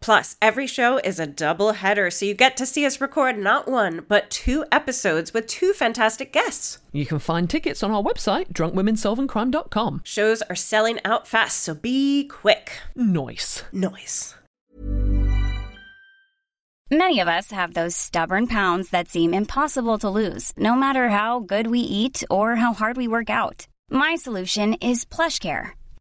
Plus, every show is a double header, so you get to see us record not one, but two episodes with two fantastic guests. You can find tickets on our website, drunkwomensolvingcrime.com. Shows are selling out fast, so be quick. Nice. Noise. Many of us have those stubborn pounds that seem impossible to lose, no matter how good we eat or how hard we work out. My solution is PlushCare.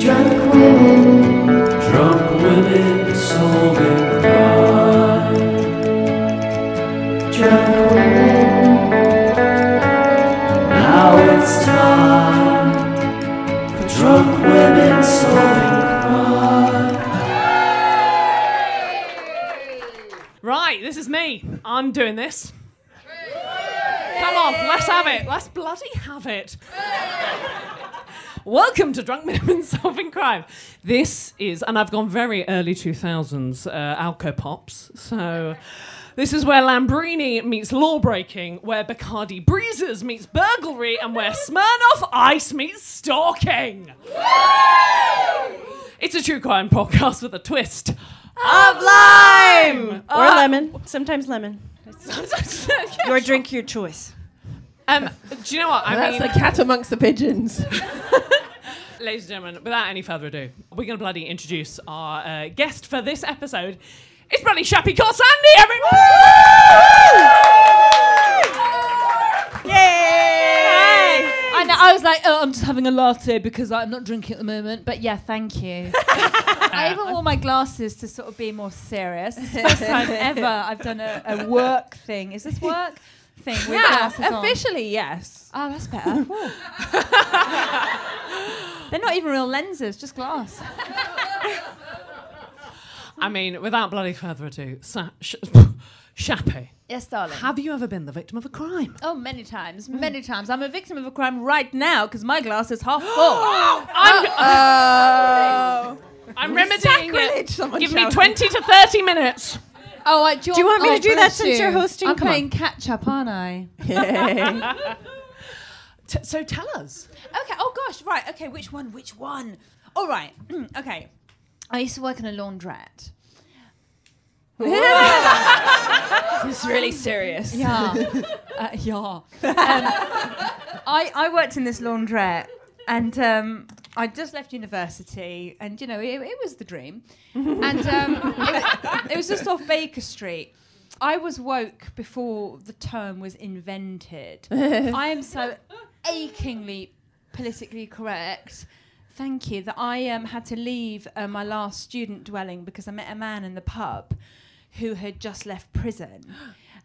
Drunk women, Drunk women solving crime. drunk women, Now it's time for drunk women solving crime. Right, this is me. I'm doing this. Come on, let's have it. Let's bloody have it. Welcome to Drunk Minimum Solving Crime. This is, and I've gone very early 2000s uh, Alco Pops, so this is where Lambrini meets lawbreaking, where Bacardi Breezes meets burglary, and where Smirnoff Ice meets stalking. It's a true crime podcast with a twist of lime! Or Uh, lemon. Sometimes lemon. yeah. Your drink, your choice. um, do you know what? I That's mean, the cat amongst the pigeons. ladies and gentlemen, without any further ado, we're going to bloody introduce our uh, guest for this episode. It's bloody Shappy Cor Sandy, everyone! Yay! I know. I was like, oh, I'm just having a latte because I'm not drinking at the moment. But yeah, thank you. I even wore my glasses to sort of be more serious. It's the first time ever I've done a, a work thing. Is this work thing with glasses on? Officially, yes. Oh, that's better. Whoa. They're not even real lenses, just glass. I mean, without bloody further ado, Sa- sh- Shappy, Yes, darling. have you ever been the victim of a crime? oh, many times, many times. I'm a victim of a crime right now because my glass is half full. I'm, Oh. I'm remedying Sacrilege, it. someone Give me shouted. 20 to 30 minutes. Oh, I, do, you you want me to oh, do that bless since you. you're hosting? I'm Come on. playing catch up, aren't I? T- so tell us. Okay. Oh gosh. Right. Okay. Which one? Which one? All right. okay. I used to work in a laundrette. It's really serious. Yeah. uh, yeah. Um, I I worked in this laundrette, and um, I just left university, and you know it, it was the dream, and um, it, it was just off Baker Street. I was woke before the term was invented. I am so achingly politically correct. Thank you. That I um, had to leave uh, my last student dwelling because I met a man in the pub who had just left prison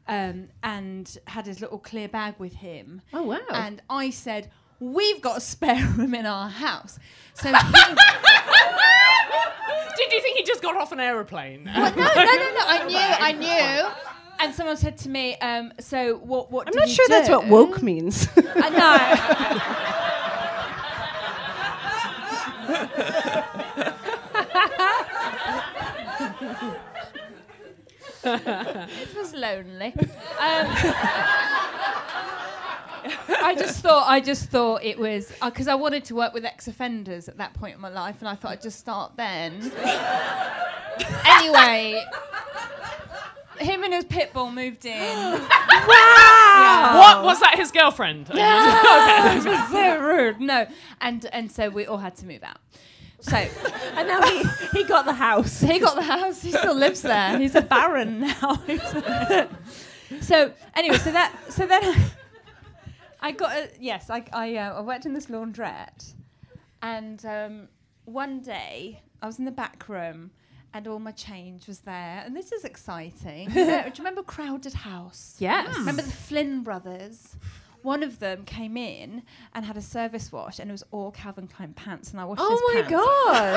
um, and had his little clear bag with him. Oh, wow. And I said, We've got a spare room in our house. So he. Did you think he just got off an aeroplane? Well, no, no, no, no. I knew, I knew. and someone said to me, um, "So what? What?" I'm do not you sure that's what do?" woke means. I know. it was lonely. Um, I just thought I just thought it was because I wanted to work with ex-offenders at that point in my life, and I thought I'd just start then. anyway, him and his pit bull moved in. What was that? His girlfriend? It was so rude. No, and and so we all had to move out. So, and now he he got the house. he got the house. He still lives there. He's a baron now. so anyway, so that so then I got a, yes, I I, uh, I worked in this laundrette, and um, one day I was in the back room. And all my change was there, and this is exciting. You know, do you remember Crowded House? Yes. Remember the Flynn brothers? One of them came in and had a service wash, and it was all Calvin Klein pants, and I washed his Oh my pants. god.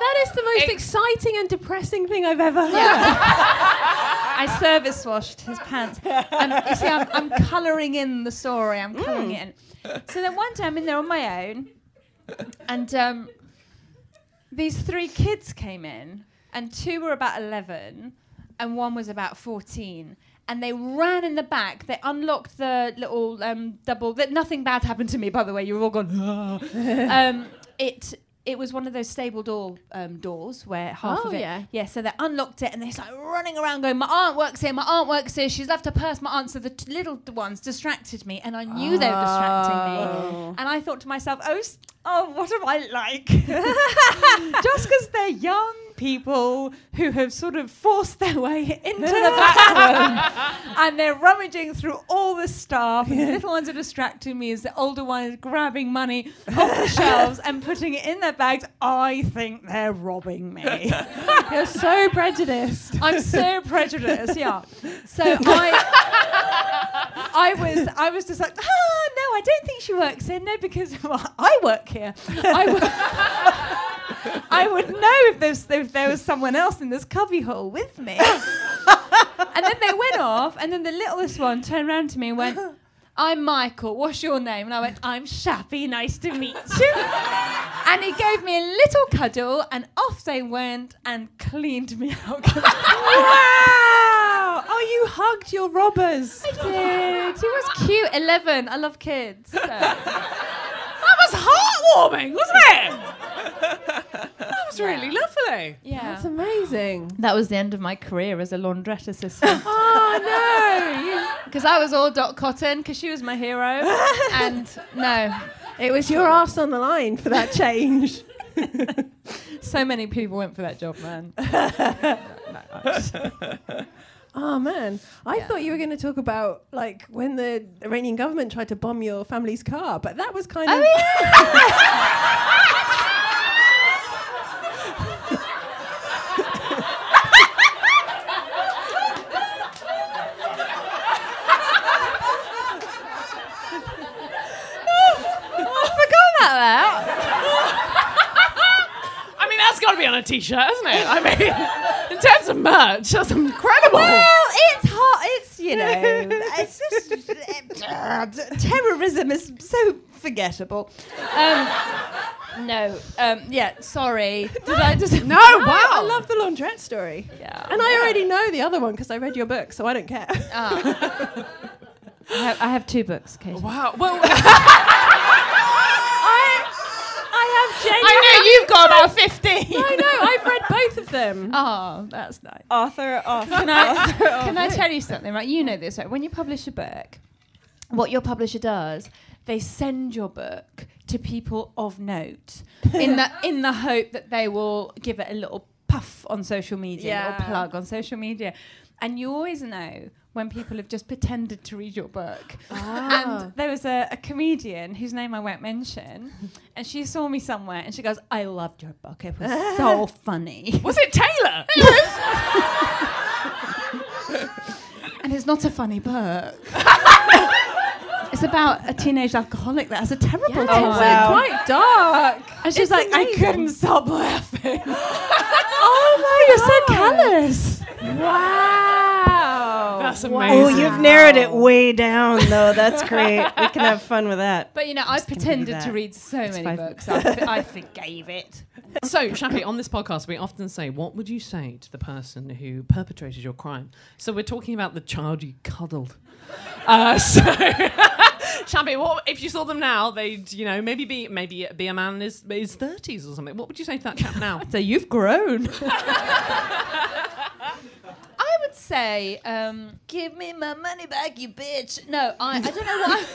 that is the most exciting and depressing thing I've ever heard. I service washed his pants. And you see, I'm, I'm colouring in the story. I'm colouring Mm. it in. So then one day I'm in there on my own, and um, these three kids came in, and two were about 11, and one was about 14. And they ran in the back. They unlocked the little um, double. That nothing bad happened to me, by the way. You're all gone. "Ah." um, it it was one of those stable door um, doors where half Oh, of it yeah. yeah, so they unlocked it and they're like running around going, My aunt works here, my aunt works here, she's left her purse, my aunt. So the t- little d- ones distracted me and I knew they were distracting me. And I thought to myself, Oh, s- oh what am I like? Just because they're young people who have sort of forced their way into the back room and they're rummaging through all the stuff. And the little ones are distracting me as the older one is grabbing money off the shelves and putting it in their bags. I think they're robbing me. You're so prejudiced. I'm so prejudiced. Yeah. So I, I was, I was just like, ah, no, I don't think she works here. No, because well, I work here. I, wo- I would know if there's if there was someone else in this cubbyhole with me. and then they went off, and then the littlest one turned around to me and went. I'm Michael. What's your name? And I went, I'm Shappy. Nice to meet you. and he gave me a little cuddle, and off they went and cleaned me out. Wow! Oh, you hugged your robbers. I did. He was cute. 11. I love kids. That was heartwarming, wasn't it? That was really lovely. Yeah. That's amazing. That was the end of my career as a laundrette assistant. Oh no. Because I was all Dot Cotton, because she was my hero. and no, It was your ass on the line for that change. so many people went for that job, man. Oh man, I thought you were going to talk about like when the Iranian government tried to bomb your family's car, but that was kind of I mean, that's got to be on a t-shirt, hasn't it? I mean, in terms of merch, that's incredible. it's hot. It's you know. it's just eh, terrorism is so forgettable. Um, No, um, yeah, sorry. Did I just. no. Wow, I love the laundrette story, Yeah. and I already know the other one because I read your book, so I don't care. I have, I have two books, Kate. Wow. Well, I have genuine. I know you've got about 15. I know. I've read both of them. Oh, that's nice. Author off. Can I, can I tell you something, right? You know this, right? When you publish a book, what your publisher does, they send your book to people of note in the, in the hope that they will give it a little puff on social media, a Yeah. little plug on social media. And you always know when people have just pretended to read your book. Ah. And there was a, a comedian whose name I won't mention, and she saw me somewhere and she goes, I loved your book. It was so funny. was it Taylor? And it's not a funny book. it's about a teenage alcoholic that has a terrible time. Quite dark. And she's like, I couldn't stop laughing. Oh my You're so callous. Wow. that's amazing. Oh, you've narrowed it way down, though. That's great. we can have fun with that. But you know, I pretended that. to read so many fine. books. I, f- I forgave it. So, Shappy, on this podcast, we often say, What would you say to the person who perpetrated your crime? So, we're talking about the child you cuddled. Uh, so, Shappy, what, if you saw them now, they'd, you know, maybe be maybe be a man in his, his 30s or something. What would you say to that chap now? So you've grown. I would say, um, give me my money back, you bitch. No, I, I don't know why.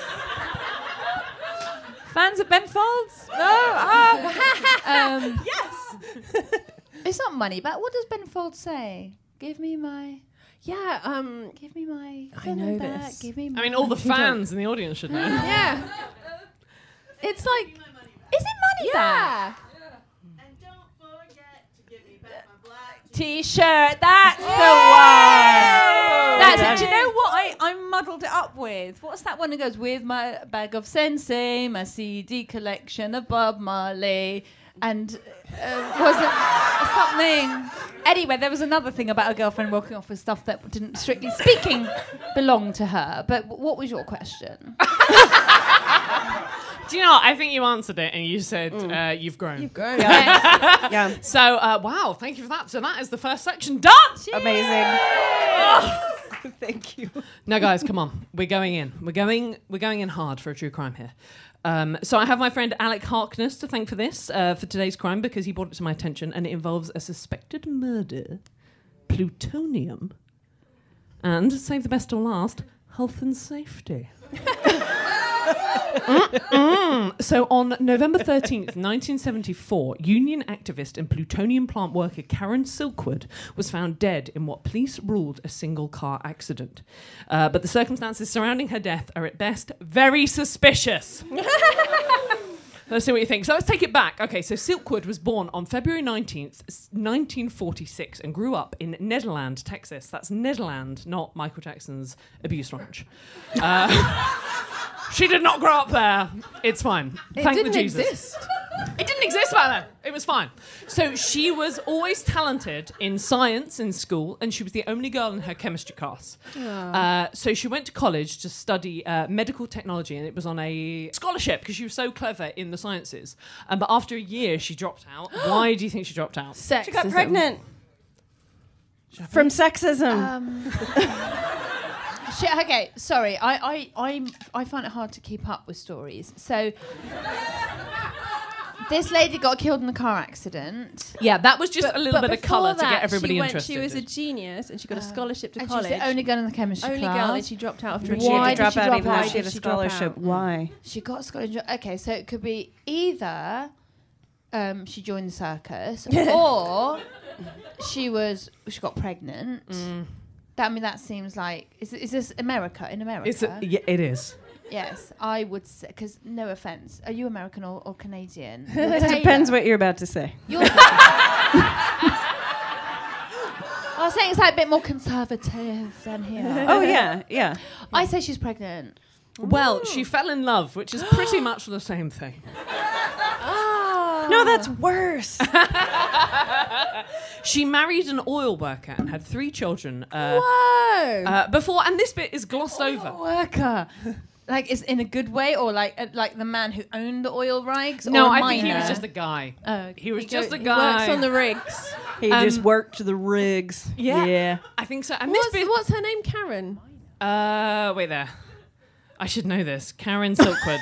Fans of Ben Folds? No. Oh. um, yes. It's not money back. What does Ben Folds say? Give me my, Yeah, um, give me my. I give me know back, this. Give me my. I mean, all the fans in the audience should know. yeah. It's like, is it money back? T-shirt. That's the one. That's it. Do you know what I, I muddled it up with? What's that one that goes with my bag of sensei, my CD collection of Bob Marley, and uh, was it something? Anyway, there was another thing about a girlfriend walking off with stuff that didn't, strictly speaking, belong to her. But w- what was your question? Do you know what? I think you answered it and you said, uh, You've grown. Yes. Yeah. so, uh, wow, thank you for that. So, that is the first section done. Amazing. Thank you. No, guys, come on. We're going in. We're going. We're going in hard for a true crime here. Um, so I have my friend Alec Harkness to thank for this uh, for today's crime because he brought it to my attention, and it involves a suspected murder, plutonium, and save the best till last, health and safety. Mm-mm. So on November 13th, 1974, union activist and plutonium plant worker Karen Silkwood was found dead in what police ruled a single car accident. Uh, but the circumstances surrounding her death are at best very suspicious. Let's see what you think. So let's take it back. Okay, so Silkwood was born on February 19th, s- 1946, and grew up in Nederland, Texas. That's Nederland, not Michael Jackson's abuse ranch. Uh, she did not grow up there. It's fine. Thank didn't the Jesus. exist. It didn't exist back then. It was fine. So she was always talented in science in school, and she was the only girl in her chemistry class. Uh, so she went to college to study uh, medical technology, and it was on a scholarship because she was so clever in the sciences. Um, but after a year, she dropped out. Why do you think she dropped out? She got pregnant. From sexism. Shit, okay, sorry. I, I, I'm, I find it hard to keep up with stories. So, this lady got killed in a car accident. Yeah, that was just But- a little but bit of before colour to that, get everybody she went- interested. Uh, She was a genius and she got a scholarship to and college. she's the only girl in the chemistry Only class. girl, and she dropped out after a Why She had to did drop she out drop even out? though she had a Why did she drop out? scholarship. Why? She got Scotland Yard. Okay, so it could be either um, she joined the circus or she was she got pregnant. That I mean, that seems like is, is this America in America? it's a, yeah, it is. yes, I would say because no offense, are you American or, or Canadian? It depends what you're about to say. You're I was saying it's like a bit more conservative than here. Oh, yeah, yeah. I say she's pregnant. Well, she fell in love, which is pretty much the same thing. No, that's worse. She married an oil worker and had three children uh, Whoa! uh, before, and this bit is glossed over. Oh, worker. Like, is in a good way, or like uh, like the man who owned the oil rigs? No, or I think he was miner? just a guy. Oh, He was go- just a he guy. Works on the rigs. He just worked the rigs. yeah. I think so. And What's, this bit. what's her name? Karen. Uh, wait there. I should know this. Karen Silkwood.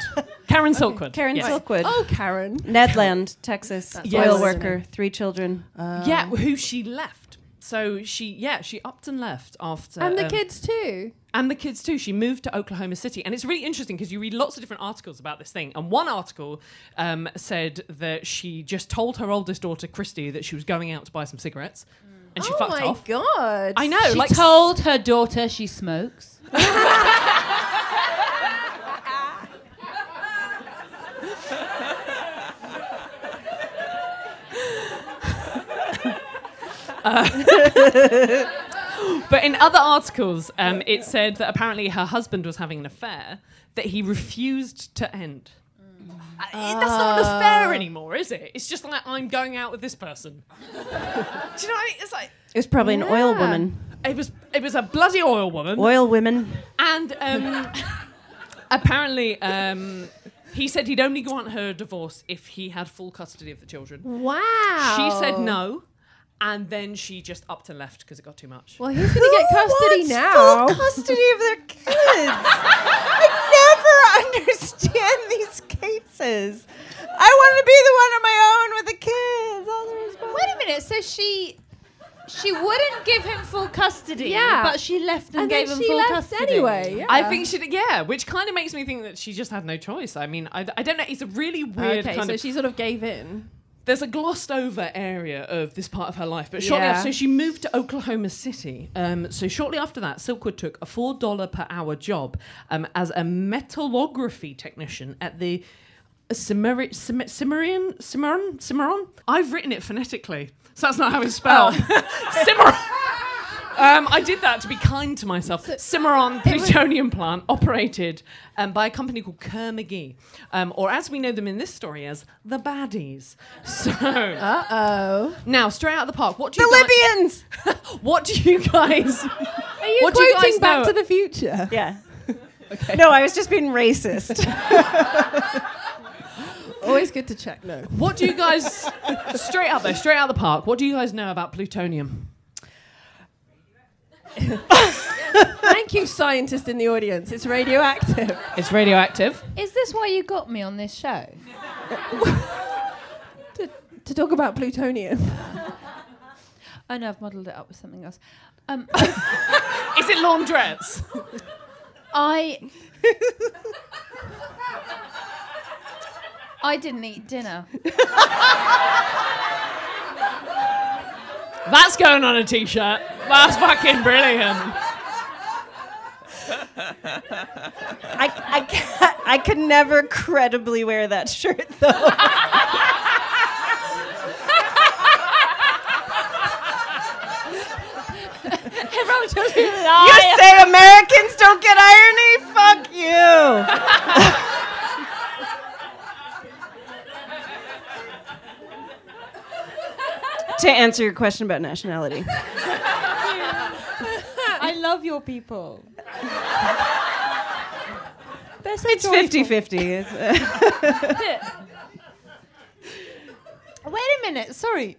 Karen Silkwood. Karen yes. Silkwood. Oh, Karen. Nedland, Texas. what Oil it was. worker, three children. Yeah, who she left. So she, yeah, she upped and left after. and the um, kids too. and the kids too. She moved to Oklahoma City, and it's really interesting because you read lots of different articles about this thing. And one article um, said that she just told her oldest daughter Christy that she was going out to buy some cigarettes, and she oh fucked my off. god. I know, She like told her daughter she smokes. But in other articles, um, it said that apparently her husband was having an affair that he refused to end. Uh, That's not an affair anymore, is it? It's just like I'm going out with this person. Do you know what I mean? It's like It was probably an oil woman. it was it was a bloody oil woman. Oil women. And um, apparently, um, he said he'd only grant her a divorce if he had full custody of the children. Wow. She said no, and then she just upped and left because it got too much. Well, who's going to get custody wants now? Full custody of their kids. I never understand these cases. I want to be the one on my own with the kids. All there is about Wait a minute. So she she wouldn't give him full custody. Yeah. But she left and, and gave then him she full left custody anyway. Yeah. I think she did, yeah, which kind of makes me think that she just had no choice. I mean, I, I don't know. It's a really weird Okay, kind so of. she sort of gave in. There's a glossed over area of this part of her life, but shortly Yeah. after, so she moved to Oklahoma City. Um, so shortly after that, Silkwood took a four dollar per hour job um, as a metallography technician at the Cimmeri- Cim- Cimmerian Cimmerian Cimmerian. I've written it phonetically, so that's not how it's spelled. Oh. Cimmerian. Um, I did that to be kind to myself. Cimarron plutonium plant operated um, by a company called Kerr McGee, um, or as we know them in this story as the Baddies. So, uh oh. Now, straight out of the park, what do you the guys, Libyans. What do you guys? Are you Quoting Back to the Future. Yeah. No, I was just being racist. Always good to check. No. What do you guys? straight out there, straight out of the park. What do you guys know about plutonium? Thank you, scientist in the audience. It's radioactive. It's radioactive. Is this why you got me on this show? to talk about plutonium. Oh no, I've modelled it up with something else. Um, Is it laundrettes? I. I didn't eat dinner. That's going on a t-shirt. That's fucking brilliant. I, I, can I could never credibly wear that shirt, though. Everyone tells me You that say Americans don't get irony? Fuck you. to answer your question about nationality. I, I love your people. They're so It's 50 joyful. 50. Wait a minute, sorry.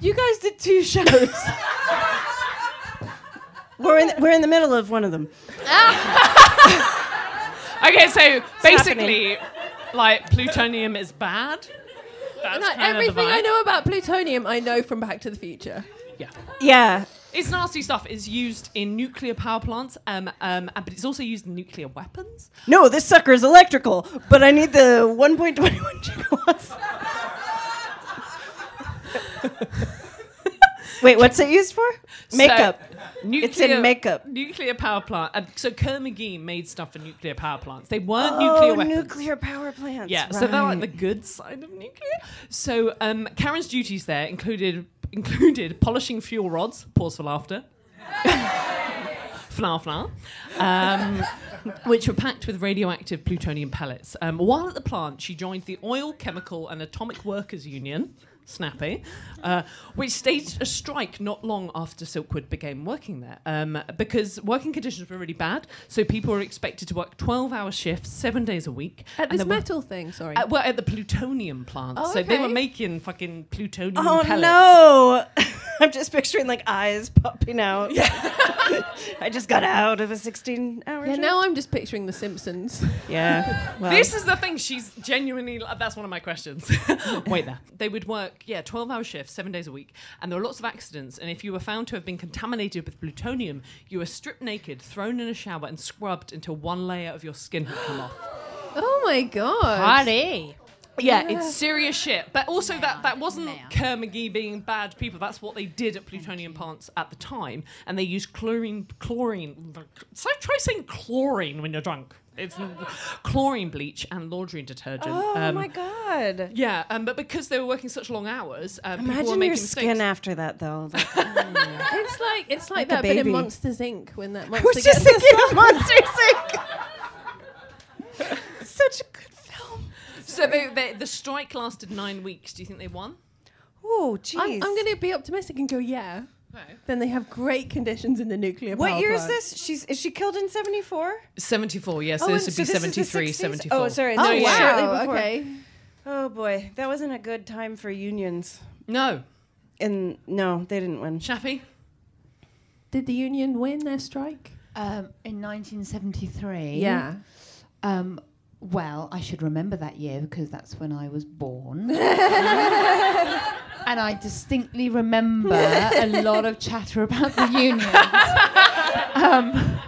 You guys did two shows. We're in, we're in the middle of one of them. Okay, so basically, like plutonium is bad. That's Like, kind of the everything I vibe. know about plutonium, I know from Back to the Future. Yeah, Yeah. it's nasty stuff. It's used in nuclear power plants, um, um, and- but it's also used in nuclear weapons. No, this sucker is electrical, but I need the 1.21 gigawatts. Wait, what's it used for? Makeup. So, nuclear, It's in makeup. Nuclear power plant. Um, so Kerr McGee made stuff for nuclear power plants. They weren't nuclear weapons. nuclear power plants. Oh, Yeah, so they're like the good side of nuclear. So um, Karen's duties there included included polishing fuel rods. Pause for laughter. Fla fla, um, which were packed with radioactive plutonium pellets. Um, while at the plant, she joined the Oil, Chemical, and Atomic Workers Union, snappy, uh, which staged a strike not long after Silkwood began working there um, because working conditions were really bad. So people were expected to work 12 hour shifts, seven days a week. At and this there were- metal thing, sorry. at, Uh, well, at the plutonium plant. Oh, So they were okay. making fucking plutonium Oh pellets. no! I'm just picturing like eyes popping out. I just got out of a 16 hour. yeah, shift. now I'm just picturing The Simpsons. Yeah. Well, This is the thing. She's genuinely. uh, That's one of my questions. Wait there. They would work, yeah, 12 hour shifts, seven days a week. And there were lots of accidents. And if you were found to have been contaminated with plutonium, you were stripped naked, thrown in a shower, and scrubbed until one layer of your skin had come off. Oh my god. Party. Yeah, it's serious shit. But also that that wasn't Kerr McGee being bad people. That's what they did at plutonium plants at the time, and they used chlorine chlorine. So try saying chlorine when you're drunk. It's chlorine bleach and laundry detergent. oh um, my god! Yeah, um, but because they were working such long hours, um, people were Imagine making your skin mistakes. after that though. Like, It's like it's like, a that bit in baby. Monsters Inc. when that I monster was just gets thinking of Monsters Inc. Such a good film. So they, they, the strike lasted nine weeks. Do you think they won? Oh, jeez. I'm, I'm going to be optimistic and go, yeah. Then they have great conditions in the nuclear What power year is plant. this? She's is she killed in seventy four? 74, yes, Oh, this and would so be this is the 73, 60s? 74. Oh, sorry, Oh, no, yeah. shortly wow, before. okay. Oh boy, that wasn't a good time for unions. No. And no, they didn't win. Chappie? Did the union win their strike? Um, in 1973. Yeah. Um, well, I should remember that year because that's when I was born. and I distinctly remember a lot of chatter about the union. um,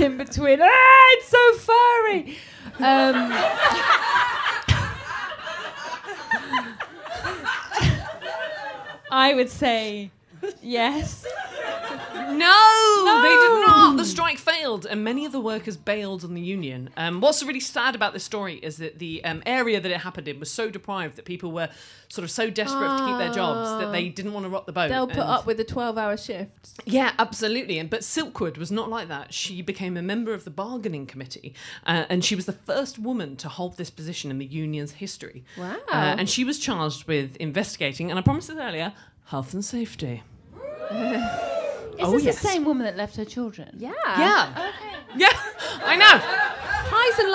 in between, ah, it's so furry. Um, I would say yes. No, they did not. The strike failed, and many of the workers bailed on the union. Um, what's really sad about this story is that the um, area that it happened in was so deprived that people were sort of so desperate to keep their jobs that they didn't want to rock the boat. They'll put and- up with the 12 hour shifts. Yeah, absolutely. And but Silkwood was not like that. She became a member of the bargaining committee, uh, and she was the first woman to hold this position in the union's history. Wow. Uh, and she was charged with investigating, and I promised this earlier, health and safety. Is Oh, this the same woman that left her children? Yeah. Yeah. Yeah, I know. Highs and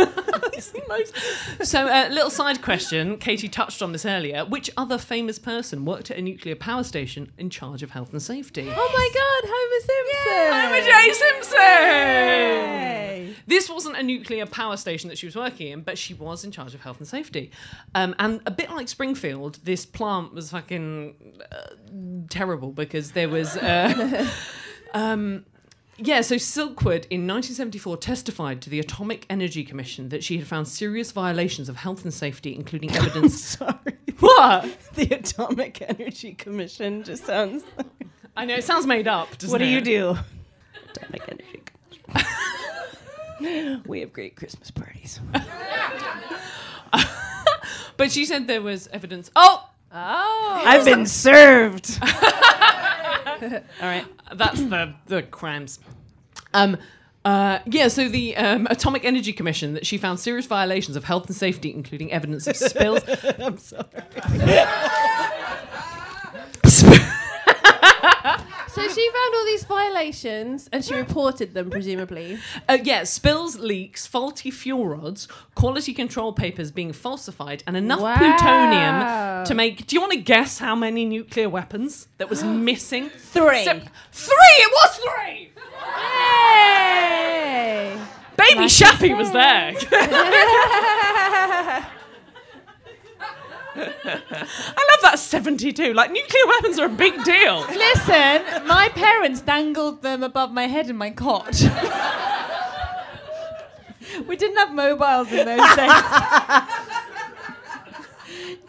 lows. so, a little side question. Katie touched on this earlier. Which other famous person worked at a nuclear power station in charge of health and safety? Oh my God, Homer Simpson. Homer J. Simpson! This wasn't a nuclear power station that she was working in, but she was in charge of health and safety. Um, and a bit like Springfield, this plant was fucking uh, terrible because there was. Uh, um, yeah, so Silkwood in 1974 testified to the Atomic Energy Commission that she had found serious violations of health and safety, including evidence. Sorry. what? The Atomic Energy Commission just sounds. I know it sounds made up. Doesn't what do you it? do? Atomic Energy Commission. we have great Christmas parties. But she said there was evidence. Oh, I've been served. All right, Uh, that's the the crimes. Um, uh, yeah. So the um, Atomic Energy Commission that she found serious violations of health and safety, including evidence of spills. I'm sorry. So she found all these violations and she reported them, presumably. Uh, yeah, spills, leaks, faulty fuel rods, quality control papers being falsified, and enough plutonium to make. Do you want to guess how many nuclear weapons that was missing? Three. Sep- three. It was three. Baby Shappy was there. I love that 72. Like, nuclear weapons are a big deal. Listen, my parents dangled them above my head in my cot. we didn't have mobiles in those days.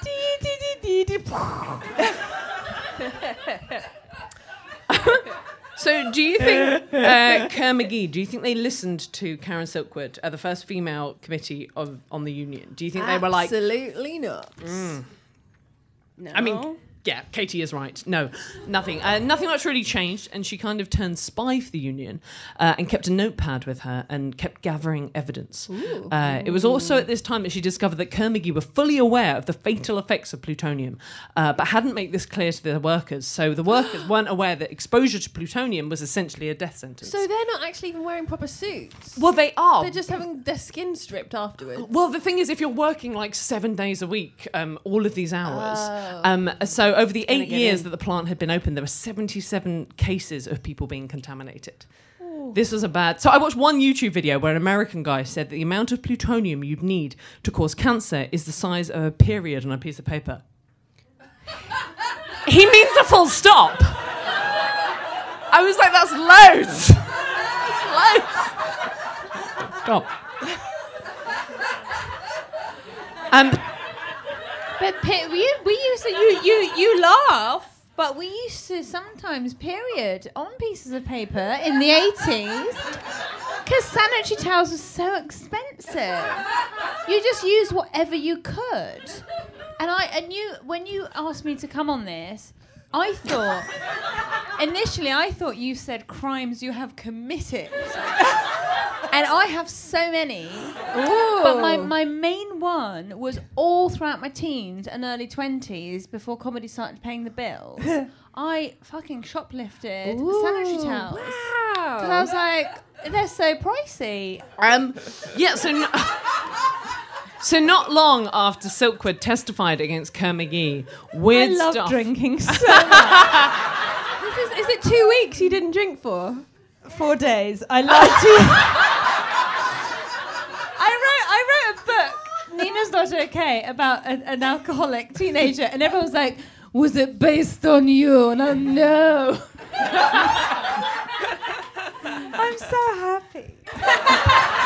Dee, dee, dee, dee, dee. So, do you think, uh, Kerr McGee, do you think they listened to Karen Silkwood, uh, the first female committee of on the union? Do you think they were like, Absolutely not. No. I Oh. mean, yeah, Katie is right. No, nothing. Uh, nothing much really changed, and she kind of turned spy for the union uh, and kept a notepad with her and kept gathering evidence. Uh, it was also at this time that she discovered that Kermigee were fully aware of the fatal effects of plutonium, uh, but hadn't made this clear to their workers. So the workers weren't aware that exposure to plutonium was essentially a death sentence. So they're not actually even wearing proper suits. well, they are. They're just having their skin stripped afterwards. Well, the thing is, if you're working like seven days a week, um, all of these hours. Um, so over the eight years that the plant had been open, there were 77 cases of people being contaminated. This was a bad. So I watched one YouTube video where an American guy said that the amount of plutonium you'd need to cause cancer is the size of a period on a piece of paper. he means a full stop. I was like, that's loads. that's loads. Stop. Um, But pe- we, we used to, you, you, you laugh, but we used to sometimes period on pieces of paper in the 80s because sanitary towels were so expensive. You just use whatever you could. And I and you when you asked me to come on this, I thought initially I thought you said crimes you have committed. And I have so many. But my, my main one was all throughout my teens and early 20s before comedy started paying the bills. I fucking shoplifted sanitary towels. Wow. And I was like, they're so pricey. Um, yeah, so. n- So not long after Silkwood testified against Kerr McGee, weird I love stuff. drinking so much. This is, is it two weeks you didn't drink for? Four days. I lied to you. I wrote, I wrote a book, Nina's Not Okay, about an, an alcoholic teenager, and everyone was like, was it based on you? And I'm no. I'm so happy.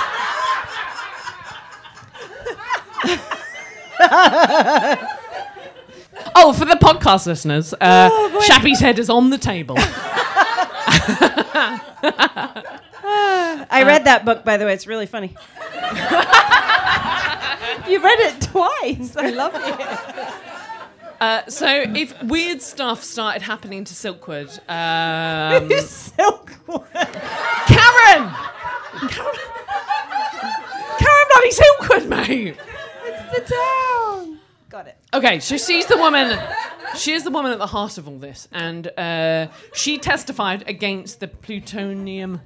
Oh, for the podcast listeners, uh, Oh, Shappy's head is on the table. I read that book, by the way. It's really funny. You read it twice. I love it. Uh, so if weird stuff started happening to Silkwood, um, Silkwood. Karen, Karen, Karen bloody Silkwood, mate. The town. Got it. Okay, so she's the woman. She is the woman at the heart of all this, and uh, she testified against the plutonium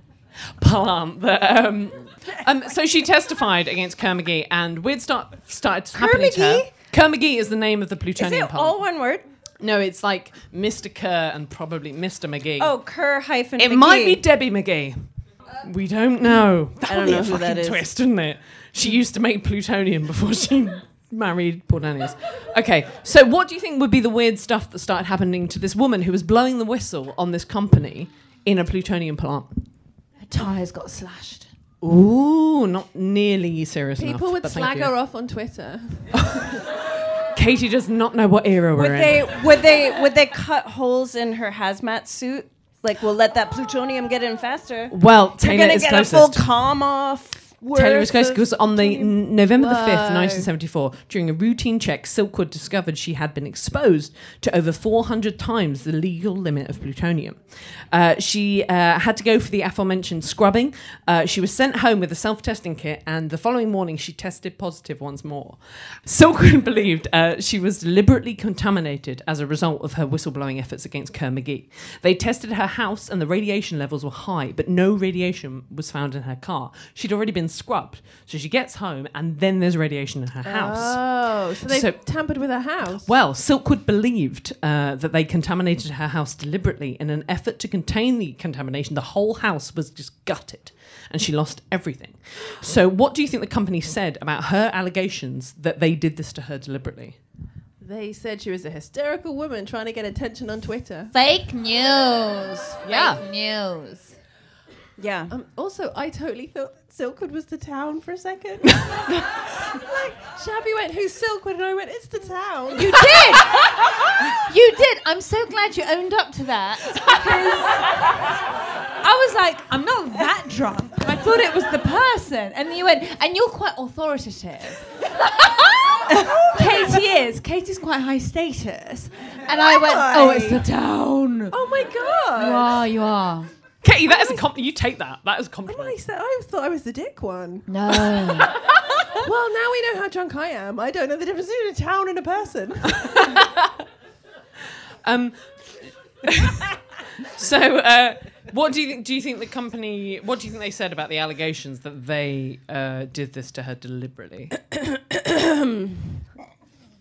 plant. That, um, um, so she testified against Kermagee, and weird stuff started happening to her. Kerr-McGee? Kermagee is the name of the Is plutonium it plant. all one word? no, it's like Mr. Kerr and probably Mr. McGee. Oh, Kerr hyphen. It McGee. might be Debbie McGee. We don't know. That I don't would be know a who that fucking is. twist, isn't it? She used to make plutonium before she married Portanius. Okay, so what do you think would be the weird stuff that started happening to this woman who was blowing the whistle on this company in a plutonium plant? Her tyres got slashed. Ooh, not nearly serious People enough, would but thank slag you. her off on Twitter. Katie does not know what era Would we're in. they? Would they? Would they cut holes in her hazmat suit? Like we'll let that plutonium get in faster. Well, You're Taylor gonna is get closest. a full calm off. Taylor is worth close of because on the plutonium. n- November the 5th, Whoa. 1974, during a routine check, Silkwood discovered she had been exposed to over 400 times the legal limit of plutonium. Uh, she uh, had to go for the aforementioned scrubbing. Uh, she was sent home with a self testing kit, and the following morning, she tested positive once more. Silkwood believed uh, she was deliberately contaminated as a result of her whistleblowing efforts against Kerr McGee. They tested her house, and the radiation levels were high, but no radiation was found in her car. She'd already been scrubbed, so she gets home, and then there's radiation in her house. Oh, so they So- have tampered with her house. Well, Silkwood believed uh, that they contaminated her house deliberately in an effort to contain the contamination. The whole house was just gutted and she lost everything. So, what do you think the company said about her allegations that they did this to her deliberately? They said she was a hysterical woman trying to get attention on Twitter. Fake news. Yeah. Fake news. Yeah. Um, also, I totally thought that Silkwood was the town for a second. like, Shabby went, Who's Silkwood? And I went, It's the town. You did. you did. I'm so glad you owned up to that because I was like, I'm not that drunk. I thought it was the person, and you went, and you're quite authoritative. Katie is. Katie's quite high status, and I went, oh, it's the town. oh my You god. are. You are. Katie, that is a compliment. You take that. That is a compliment. I, said, I thought I was the dick one. No. Well, now we know how drunk I am. I don't know the difference between a town and a person. Um, so, uh, what do you think? Do you think the company? What do you think they said about the allegations that they uh, did this to her deliberately?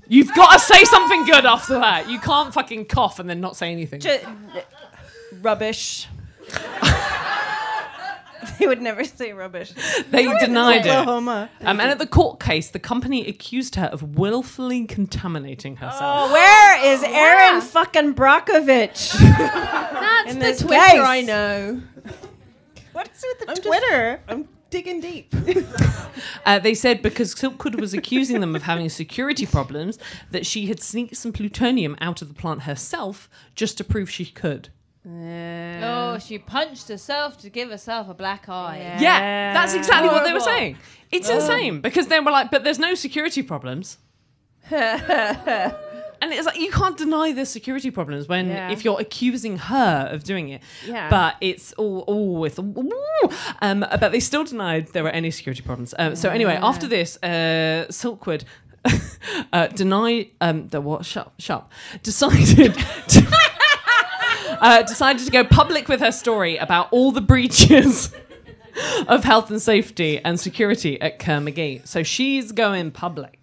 You've got to say something good after that. You can't fucking cough and then not say anything. Ju- rubbish. they would never say rubbish. they denied it. Oklahoma. Um, and at the court case, the company accused her of willfully contaminating herself. Oh, where is Aaron fucking Brockovich? That's In the this twist. case. I know. what is with the just- Twitter? I'm digging deep. Uh, they said because Silkwood was accusing them of having security problems, that she had sneaked some plutonium out of the plant herself just to prove she could. Oh, she punched herself to give herself a black eye. Yeah, that's exactly what they were Horrible. saying. It's insane because they were like, but there's no security problems. And it's like you can't deny the security problems when Yeah. if you're accusing her of doing it. Yeah. But it's all all with ooh. um but they still denied there were any security problems. Um, so anyway, after this, uh Silkwood uh deny um the what shop shop decided to uh, decided to go public with her story about all the breaches of health and safety and security at Kermagee. So she's going public.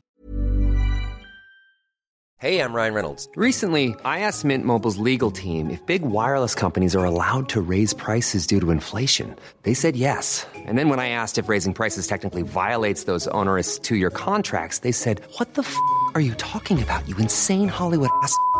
Hey, I'm Ryan Reynolds. Recently, I asked Mint Mobile's legal team if big wireless companies are allowed to raise prices due to inflation. They said yes. And then when I asked if raising prices technically violates those onerous two year contracts, they said, What the f are you talking about, you insane Hollywood ass? f- a-"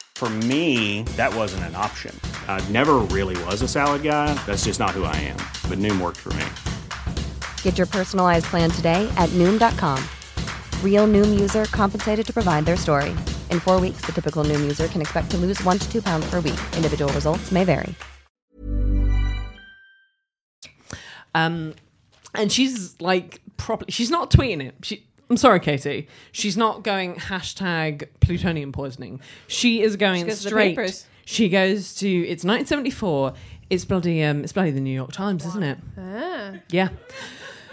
For me, that wasn't an option. I never really was a salad guy. That's just not who I am. But Noom worked for me. Get your personalized plan today at Noom.com. Real Noom user compensated to provide their story. In four weeks, the typical Noom user can expect to lose one to two pounds per week. Individual results may vary. Um, and she's like, properly, she's not tweeting it. She, I'm sorry, Katie. She's not going hashtag plutonium poisoning. She is going She goes to the straight. papers. she goes to it's 1974. It's bloody um, it's bloody the New York Times, isn't it? Ah. Yeah.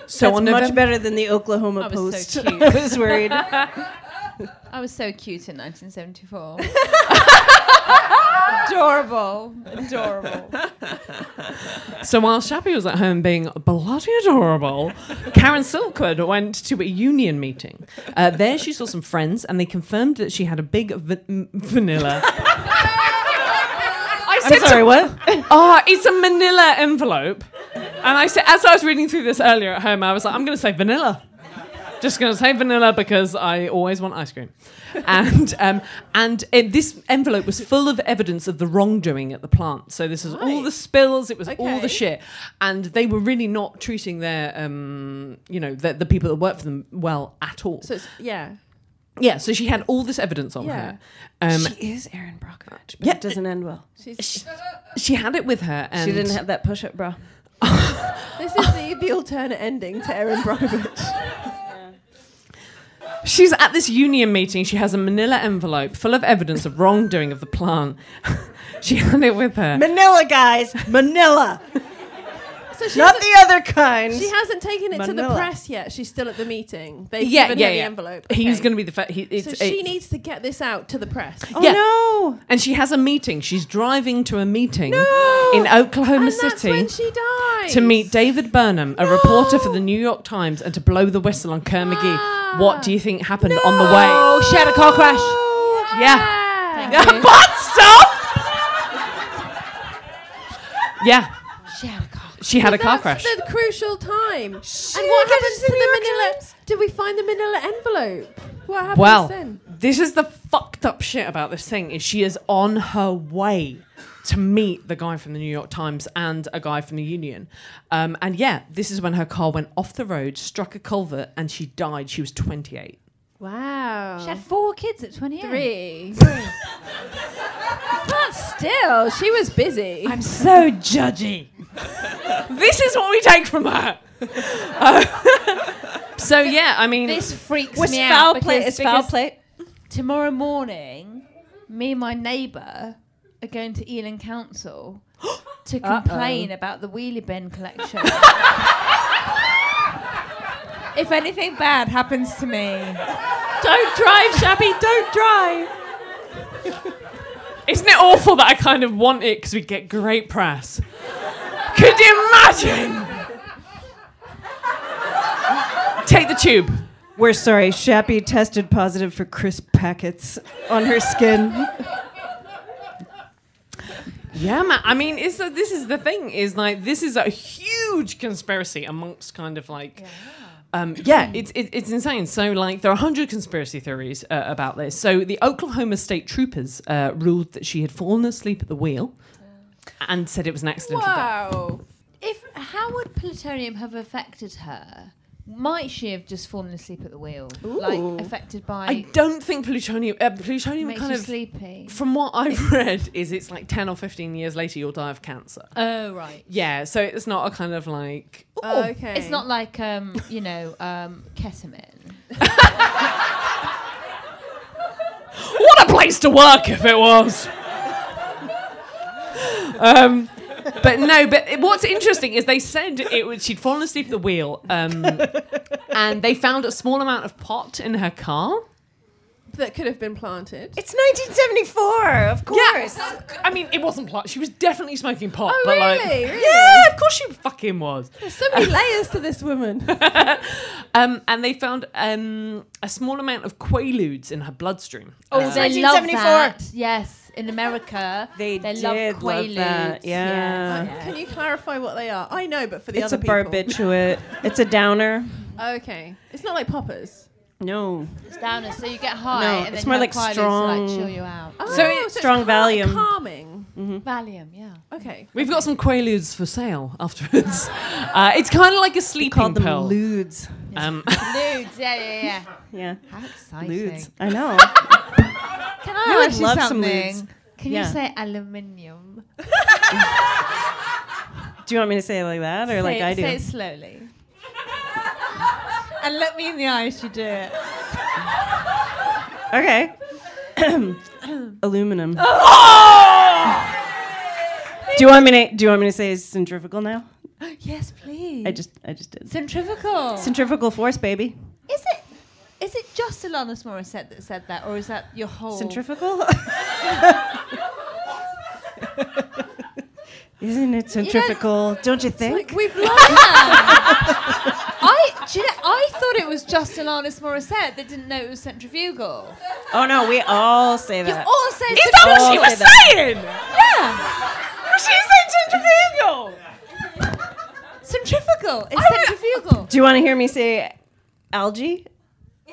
So That's on much November- better than the Oklahoma I was Post. so cute. I was worried. I was so cute in 1974. Adorable. Adorable. So while Shappy was at home being bloody adorable, Karen Silkwood went to a union meeting. Uh, there she saw some friends and they confirmed that she had a big va- m- vanilla. I I'm sorry, to- what? Oh, it's a manila envelope. And I said, as I was reading through this earlier at home, I was like, I'm going to say vanilla. Just going to say vanilla because I always want ice cream. And um, and uh, this envelope was full of evidence of the wrongdoing at the plant. So this is all the spills, it was all the shit. And they were really not treating their, um, you know, the, the people that worked for them well at all. So it's, yeah. yeah, so she had all this evidence on Yeah. her. Um, she is Erin Brockovich, but Yeah. it doesn't end well. She's, she had it with her. And she didn't have that push up bra. this is the, the alternate ending to Erin Brockovich. She's at this union meeting. She has a manila envelope full of evidence of wrongdoing of the plant. she had it with her. Manila, guys. Manila. So Not the other kind. She hasn't taken it to the Manila. press yet. She's still at the meeting. They've yeah, given yeah, her yeah. the envelope. He's Okay. going to be the. Fa- he, it's, so she oh, it's- needs to get this out to the press. yeah. no! And she has a meeting. She's driving to a meeting in Oklahoma and City. That's when she dies. to meet David Burnham, a reporter for the New York Times, and to blow the whistle on Kerr McGee. Ah. What do you think happened on the way? Oh, she had a car crash. Yeah. Thank you. but stop! yeah. She had a But car that's crash. The crucial time. had and what a happens to New the York manila? Did we find the manila envelope? What happens Well, then? this is the fucked up shit about this thing is she is on her way to meet the guy from the New York Times and a guy from the union. Um, and yeah, this is when her car went off the road, struck a culvert, and she died. She was 28. Wow. She had four kids at 28. Three. but still, she was busy. I'm so judgy. this is what we take from her. Uh, so yeah, I mean, This freaks Was me foul out. play- because- is foul because play- Tomorrow morning, me and my neighbour are going to Ealing Council to Uh-oh. complain about the wheelie bin collection. if anything bad happens to me, don't drive, Shabby. Don't drive. isn't it awful that I kind of want it because we get great press? Could you imagine? Take the tube. We're sorry, Shappy tested positive for crisp packets on her skin. Yeah, man. I mean, it's a, this is the thing. Is like this is a huge conspiracy amongst kind of like. Um, yeah, it's it, it's insane. So like, there are hundred conspiracy theories uh, about this. So the Oklahoma State Troopers uh, ruled that she had fallen asleep at the wheel and said it was an accidental death. Wow. If how would plutonium have affected her? Might she have just fallen asleep at the wheel, Ooh. like affected by? I don't think plutonium. Uh, plutonium Makes kind you of sleepy. From what I've read, is it's like ten or fifteen years later you'll die of cancer. oh right. yeah, so it's not a kind of like Oh, okay. It's not like um, you know, um, ketamine. what a place to work if it was. um, but no, but it- what's interesting is they said it was she'd fallen asleep at the wheel, um, and they found a small amount of pot in her car. that could have been planted. It's 1974, of course. I mean, it wasn't pot. She was definitely smoking pot. Oh, but like, really? Really? Yeah, of course she fucking was. There's so many layers to this woman. Um, and they found um, a small amount of quaaludes in her bloodstream. Oh, Uh, they love that. Yes, in America, they, love did love Quaaludes. Oh, that, yeah. Yes, Can you clarify what they are? I know, but for the it's other a people. barbiturate. it's a downer. Okay, it's not like poppers. No. It's downer, so you get high. No, and then it's more you have like Quaaludes strong- To, like chill you out. Oh, So it- strong cal- Valium. Calming. Valium, yeah. Okay. We've got some quaaludes for sale afterwards. uh, it's kind of like a sleeping called them pill. ludes. Um, Nudes, yeah, yeah, yeah. Yeah. How exciting. Ludes. I know. Can I You would ask you love some something? ludes. Can Yeah. you say aluminium? Do you want me to say it like that or say like it, I do? Say it slowly. and look me in the eye as you do it. Okay. Aluminum. Ah! Do you want me to? Do you want me to say centrifugal now? Yes, please. I just, I just did. Centrifugal. Centrifugal force, baby. Is it? Is it just Alanis Morissette that said that, or is that your whole Centrifugal. Isn't it centrifugal? don't you think? We've lost that. I, do you know, I thought it was just Alanis Morissette that didn't know it was centrifugal. oh no, we all say that. You all say Is that what she centrifugal. was saying? Yeah. She said centrifugal. Centrifugal. It's centrifugal. Do you want to hear me say algae?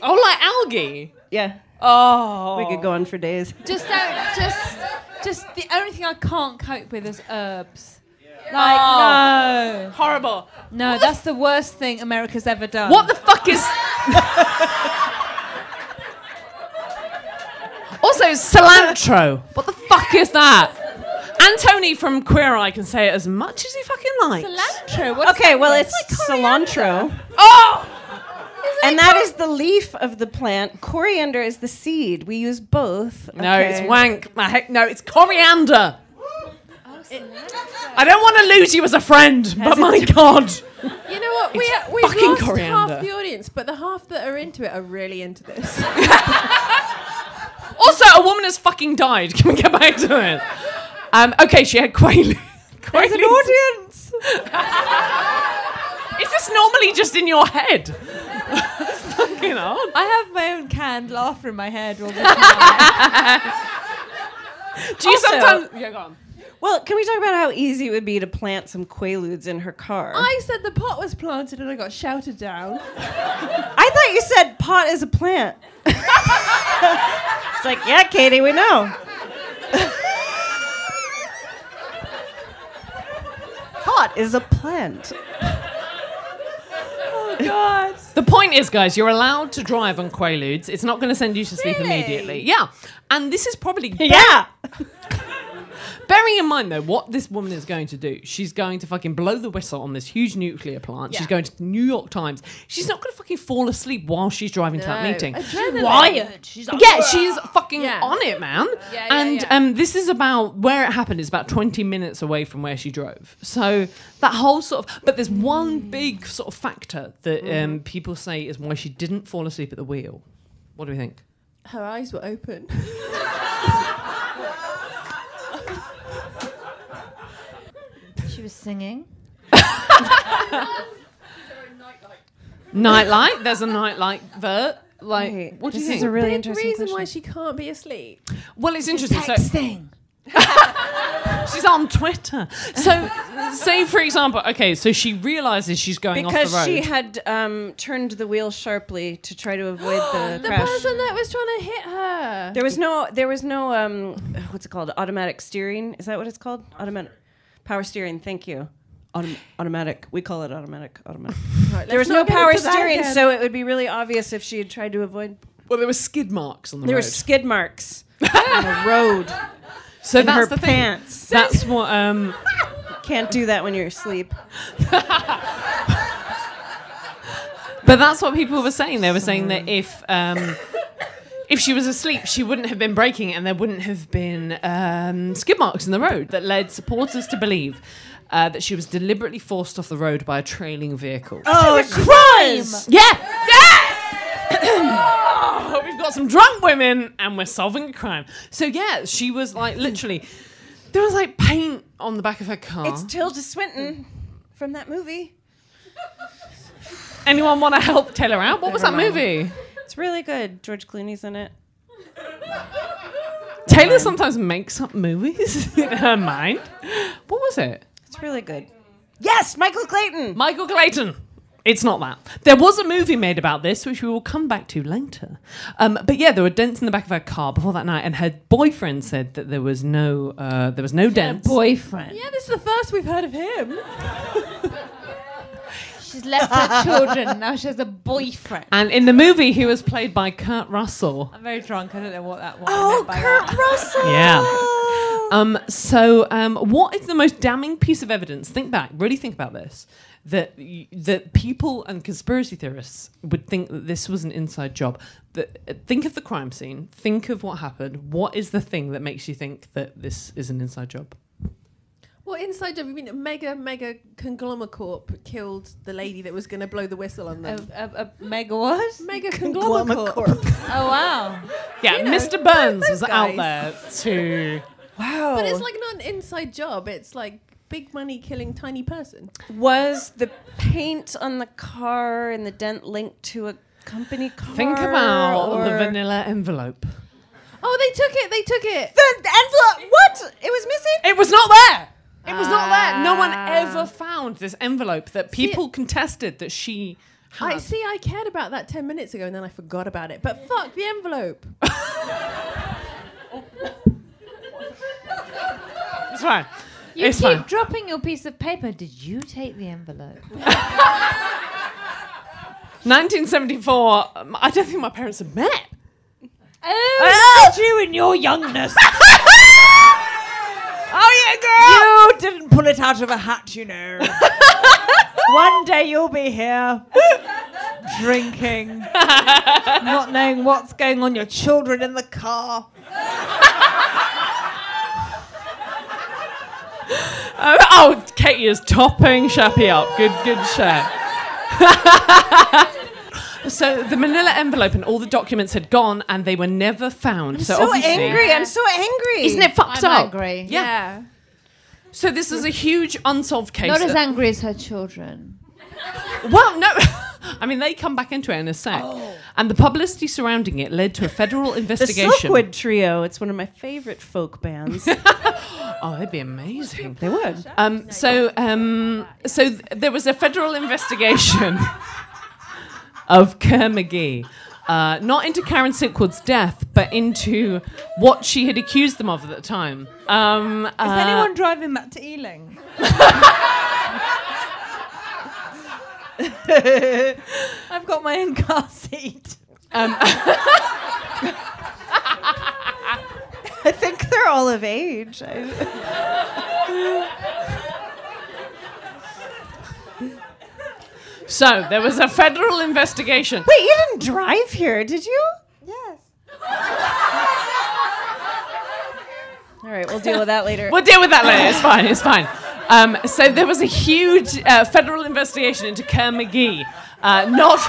oh, like algae. Yeah. Oh. We could go on for days. Just don't. Just, just the only thing I can't cope with is herbs. Like Oh. no, horrible. No, that's the worst thing America's ever done. What the fuck is? also, cilantro. What the fuck is that? Antony from Queer Eye can say it as much as he fucking likes. Cilantro. okay, well it's, cilantro. Oh. And that is the leaf of the plant. Coriander is the seed. We use both. No, it's wank. My heck, no, it's coriander. I don't want to lose you as a friend, but my god. You know what? We It's we fucking lost coriander. half the audience, but the half that are into it are really into this. Also, a woman has fucking died. Can we get back to it? Um, okay, she had quaaludes. There's an audience. Is this normally just in your head? fucking odd. I have my own canned laughter in my head all the time. Do you Also- sometimes? Yeah, go on. Well, can we talk about how easy it would be to plant some quaaludes in her car? I said the pot was planted and I got shouted down. I thought you said pot is a plant. it's like, yeah, Katie, we know. pot is a plant. Oh god. the point is, guys, you're allowed to drive on quaaludes. It's not going to send you to sleep immediately. Yeah, and this is probably yeah. Bearing in mind, though, what this woman is going to do, she's going to fucking blow the whistle on this huge nuclear plant. She's Yeah. going to the New York Times. She's not going to fucking fall asleep while she's driving to that No, meeting. adrenaline. wired. She's yeah, like, she's fucking on it, man. Yeah, yeah, and yeah. Um, this is about where it happened. It's about twenty minutes away from where she drove. So that whole sort of, but there's one big sort of factor that Mm-hmm. um, people say is why she didn't fall asleep at the wheel. What do we think? Her eyes were open. she was singing. Nightlight. There's a nightlight vert. Like, what do you think? Big reason why she can't be asleep. Well, it's interesting. So, she's on Twitter. So, say for example, okay, so she realizes she's going Because off the road. she had um, turned the wheel sharply to try to avoid the, The crash. person that was trying to hit her. There was no, there was no, um, what's it called? Automatic steering. Is that what it's called? Automatic. Power steering, thank you. Autom- automatic. We call it automatic. Automatic. Right, there was let's no not get power into that steering, again. so it would be really obvious if she had tried to avoid. Well, there were skid marks on the There were road. skid marks on the road. So in that's her the thing. pants. That's what. Um, Can't do that when you're asleep. But that's what people were saying. They were saying that if um, if she was asleep, she wouldn't have been braking, and there wouldn't have been um, skid marks in the road that led supporters to believe uh, that she was deliberately forced off the road by a trailing vehicle. Oh, it was. Yeah. Oh, we've got some drunk women, and we're solving a crime. So yeah, she was like literally. There was like paint on the back of her car. It's Tilda Swinton from that movie. Anyone want to help Taylor out? What was that Never mind. movie? It's really good. George Clooney's in it. Taylor sometimes makes up movies in her mind. What was it? It's really good. Yes, Michael Clayton. Michael Clayton. It's not that. There was a movie made about this, which we will come back to later. Um, but yeah, there were dents in the back of her car before that night, and her boyfriend said that there was no uh, there was no dents. Yeah, this is the first we've heard of him. She's left her children. Now she has a boyfriend. And in the movie, he was played by Kurt Russell. I'm very drunk. I don't know what that was. Oh, Kurt Russell. Yeah. Um, so, um, what is the most damning piece of evidence? Think back, really think about this. That y- that people and conspiracy theorists would think that this was an inside job. That uh, think of the crime scene, think of what happened. What is the thing that makes you think that this is an inside job? Well, inside job, you mean mega, mega conglomeracorp killed the lady that was going to blow the whistle on them. A, a, a mega what? Mega conglomeracorp. Oh wow. Yeah, You know, Mr. Burns was those out there guys. to. Wow. Oh. But it's like not an inside job. It's like big money killing tiny person. Was the paint on the car and the dent linked to a company car? Think about or- the vanilla envelope. Oh, they took it. They took it. The the envelope. What? It was missing. It was not there. It was not there. No one ever found this envelope that people contested that she had. I see. I cared about that ten minutes ago, and then I forgot about it. But fuck the envelope. It's fine. You it's keep fine. dropping your piece of paper. Did you take the envelope? 1974. um, I don't think my parents had met. Oh, did you in your youngness? oh You didn't pull it out of a hat, you know. One day you'll be here drinking, not knowing what's going on. Your children in the car. Uh, oh, Katie is topping Shappy up. Good, good share. so the Manila envelope and all the documents had gone, and they were never found. so so obviously- angry. I'm so angry. Isn't it fucked I'm up? angry. Yeah. So this is a huge unsolved case. Not as that- angry as her children. Well, no. I mean, they come back into it in a sec. And the publicity surrounding it led to a federal The investigation. Silkwood Trio. It's one of my favorite folk bands. oh, they'd be amazing. they would. Um, so, um, so th- there was a federal investigation of Kerr McGee, uh, not into Karen Silkwood's death, but into what she had accused them of at the time. Um, Is uh, anyone driving back to Ealing? I've got my own car seat. um, I think they're all of age. I- so there was a federal investigation. Wait, you didn't drive here, did you? Yes. All right, we'll deal with that later. We'll deal with that later. It's fine. It's fine. Um, so there was a huge uh, federal investigation into Kerr McGee, uh, not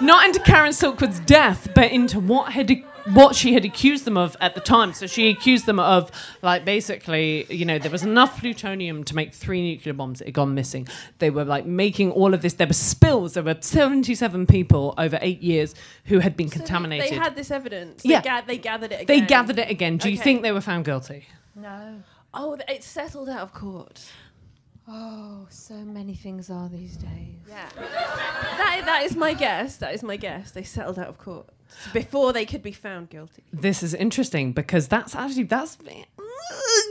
not into Karen Silkwood's death, but into what had what she had accused them of at the time. So she accused them of like basically, you know, there was enough plutonium to make three nuclear bombs that had gone missing. They were like making all of this. There were spills. There were seventy-seven people over eight years who had been contaminated. They had this evidence. Yeah. They, ga- they gathered it. They Again. gathered it again. Do you Okay. think they were found guilty? No. Oh, th- it's settled out of court. Oh, so many things are these days. Yeah. that, that is my guess. That is my guess. They settled out of court before they could be found guilty. This is interesting because that's actually that's mm,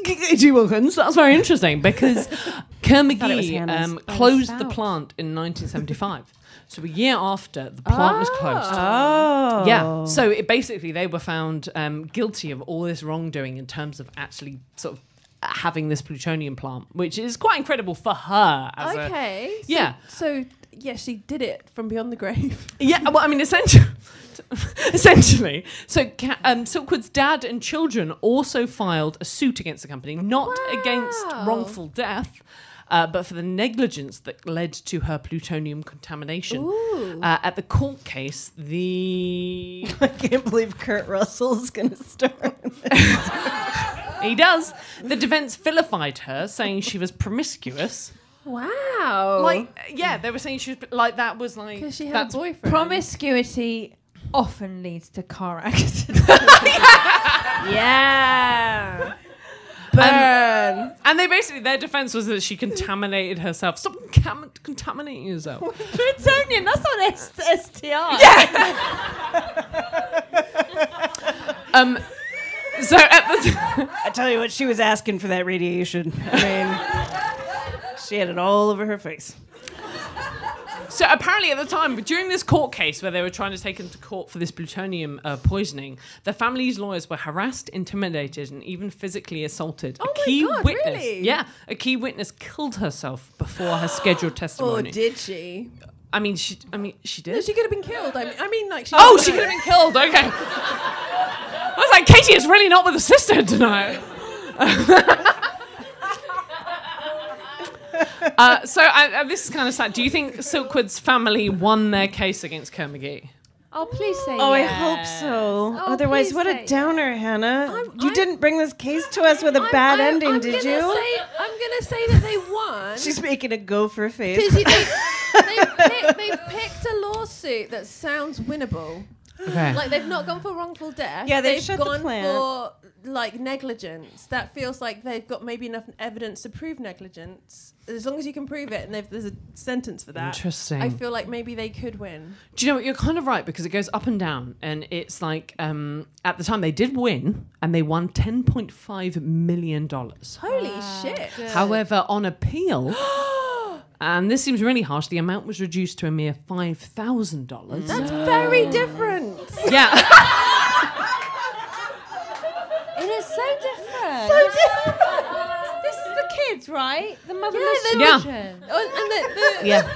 G.G. Wilkins. That's very interesting because Kerr Thought it was McGee Hannah's. um, Oh, closed it's the out. plant in 1975. So a year after the plant was closed. Ah, Oh. Yeah. So it basically they were found um, guilty of all this wrongdoing in terms of actually sort of having this plutonium plant, which is quite incredible for her. As a- okay. so- yeah. So, yeah, she did it from beyond the grave. Yeah, well, I mean, essentially, essentially. So, Ca- um, Silkwood's dad and children also filed a suit against the company, not against wrongful death, uh, but for the negligence that led to her plutonium contamination. Uh, at the court case, the I can't believe Kurt Russell's going to start. he does. The defense vilified her, saying she was promiscuous. Oh. Wow. Like, yeah, they were saying she was like that was like because she had a boyfriend. Promiscuity often leads to car accidents. Oh, Yeah. Burn. and they basically their defense was that she contaminated herself. Stop cam- contaminating yourself. Plutonium, that's not S- STI. Um, so at the I tell you what, she was asking for that radiation. I mean, she had it all over her face. So apparently at the time, but during this court case where they were trying to take him to court for this plutonium uh, poisoning, the family's lawyers were harassed, intimidated, and even physically assaulted. Oh a key God, witness, really? yeah, a key witness killed herself before her scheduled Or testimony. Oh, did she? I mean, she. I mean, she did. No, she could have been killed. I mean, I mean like she. Oh, she could have been killed. Okay. I was like, Katie is really not with a sister tonight. uh, so I, uh, this is kind of sad. Do you think Silkwood's family won their case against Kerr McGee? Oh, please say Oh, yes. I hope so. Oh, Otherwise, please what say a yes. downer, Hannah. you didn't bring this case to us with a I'm- bad I'm- ending, I'm did gonna you? Say, I'm gonna say that they won. She's making a gopher face. because you- they, they've, picked, they've picked a lawsuit that sounds winnable. Okay. Like they've not gone for wrongful death. Yeah, they've shut the gone plant. for like negligence. That feels like they've got maybe enough evidence to prove negligence. As long as you can prove it, and they've- there's a sentence for that. Interesting. I feel like maybe they could win. Do you know what? You're kind of right because it goes up and down, and it's like um, at the time they did win, and they won 10.5 million dollars. Holy shit! However, on appeal, and this seems really harsh, the amount was reduced to a mere five thousand dollars. That's very different. yeah. It is so different. So different. this is the kids, right? The motherless they were- children. Oh, yeah.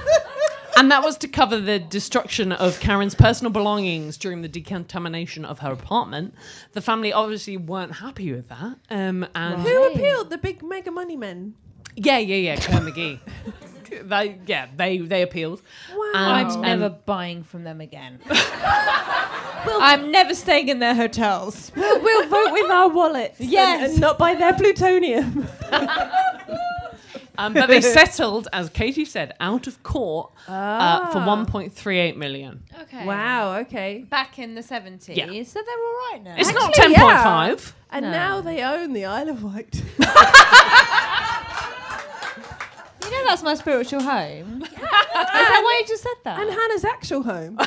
And that was to cover the destruction of Karen's personal belongings during the decontamination of her apartment. The family obviously weren't happy with that. Um, and Who appealed? The big mega money men. Yeah, yeah, yeah, Claire McGee. they, yeah, they they appealed. Wow. I'm Oh. um, never buying from them again. I'm never staying in their hotels. We'll, we'll vote with our wallets. and- Yes. And, not by their plutonium. Um, but they settled, as Katie said, out of court uh, for Ah. 1.38 million. Okay. Wow, okay. Back in the 70s. Yeah. So they're all right now. It's not Actually, 10.5. yeah. And No. now they own the Isle of Wight. You know that's my spiritual home. Is that why you just said that? and Hannah's actual home.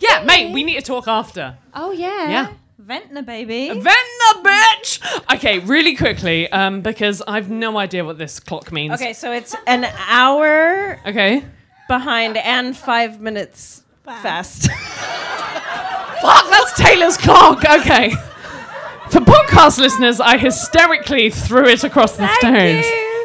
Yeah, mate, we need to talk after. oh, yeah. Yeah. Ventnor, baby. Vent the bitch! Okay, really quickly, um, because I've no idea what this clock means. Okay, so it's an hour Okay. behind and five minutes fast. Fuck, that's Taylor's clock! Okay. For podcast listeners, I hysterically threw it across the stage.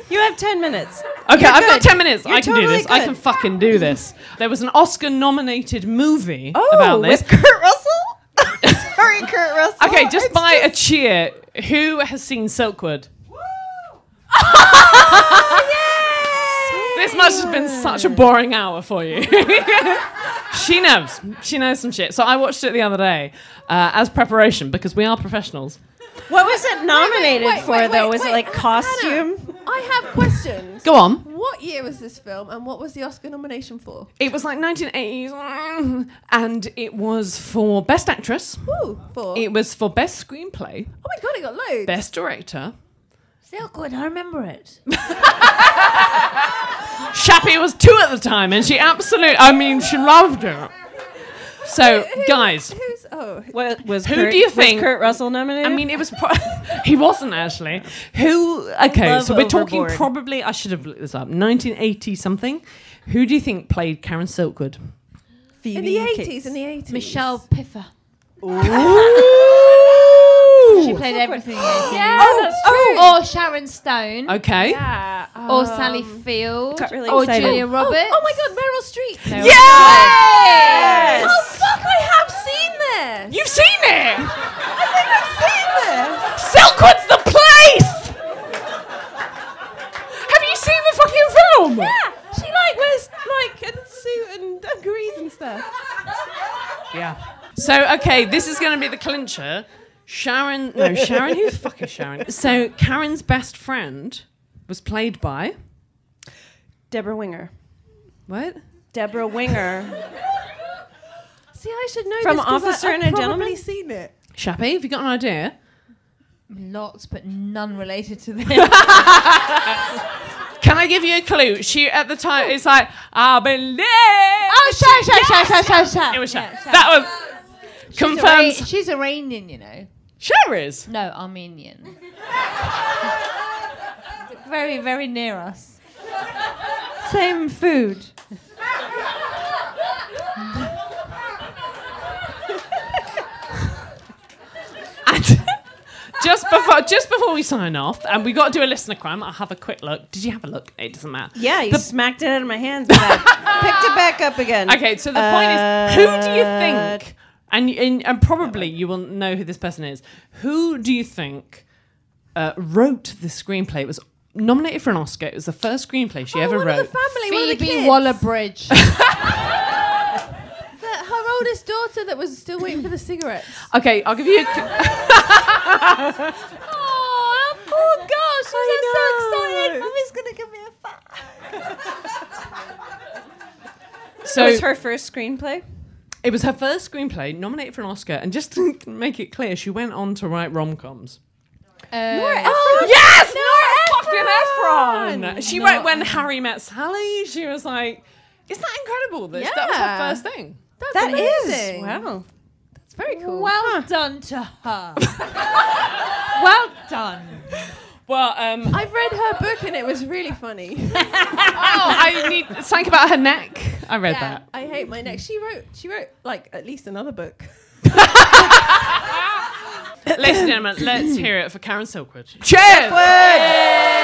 You have ten minutes. Okay, You're I've got good. 10 minutes. You're I can do totally this. I good. can fucking do this. There was an Oscar nominated movie Oh, about this. with Kurt Russell. Sorry, Kurt Russell. okay, Oh, just by a cheer, who has seen Silkwood? This must have been such a boring hour for you. she knows. She knows some shit. So I watched it the other day uh, as preparation because we are professionals. What was it nominated wait, for wait, wait, though? was wait, it like Hannah. costume? I have questions. Go on. What year was this film and what was the Oscar nomination for? It was like 1980s, and it was for Best Actress. Ooh, for. It was for Best Screenplay, oh my god, it got loads. Best Director. Silkwood, I remember it. Shappy was two at the time, and she absolutely, I mean, she loved it. So, guys, Who's Oh, Wa- was Who Kurt- do you was think Kurt Russell nominated? I mean, it was pro- he wasn't actually. Who? Okay, Love so we're talking Overboard. probably. I should have looked this up. 1980 something. Who do you think played Karen Silkwood? in the eighties, in the eighties, Michelle Piffer. She played everything. in the 80s. Yeah, Oh, that's oh. Or Sharon Stone. Okay. Yeah. Or Sally Field. can't really or say Julia that. Roberts. Oh, my God, Meryl Streep. Meryl Yes! Streep. Oh fuck, I have seen this. You've seen it. I Silkwood's the place. have you seen the fucking film? think I've seen this. Yeah, she like wears like a suit and dungarees and stuff. Yeah. So okay, this is going to be the clincher. Sharon, no Sharon, who the fuck is Sharon? So Karen's best friend was played by Deborah Winger. what? Deborah Winger. See, I should know From this 'cause I- Officer I've and a probably Gentleman? seen it. Shappy, have you got an idea? Lots, but none related to this. Can I give you a clue? She at the time it's like I believe. Oh, Sharon, Sharon, Sharon, Sharon, Sharon, Sharon. It was Sharon. Yeah, Sharon. That was She's confirms. Iran- she's Iranian, you know. Sure is. No, Armenian. very, very near us. Same food. just before just before we sign off, and we got to do a listener crime. I'll have a quick look. Did you have a look? It doesn't matter. Yeah, you The- smacked it out of my hands. But I picked it back up again. Okay, so the point is, who do you Uh, Uh, think? And and, and probably you will know who this person is. Who do you think uh, wrote the screenplay? It was nominated for an Oscar. It was the first screenplay she ever Oh, One wrote. of the family, one of the Phoebe kids. Waller Bridge. The- her oldest daughter that was still waiting for the cigarettes. okay, I'll give you. a cl- Oh, that poor girl. She's so excited. Mommy's gonna give me a so it was her first screenplay. it was her first screenplay, nominated for an Oscar. And just to make it clear, she went on to write rom coms. Uh, Oh, Yes, Nora, Ephron! fucking Ephron. She Nora- wrote when Harry met Sally. She was like, "Isn't that incredible? This that was her Yeah. first thing." That's That is amazing. wow. It's very cool. well done to her. well done. Well, um, I've read her book and it was really funny. oh, I need something about her neck. I read that. I hate my neck. She wrote. She wrote like at least another book. Ladies and gentlemen, let's hear it for Karen Silkwood. Cheers!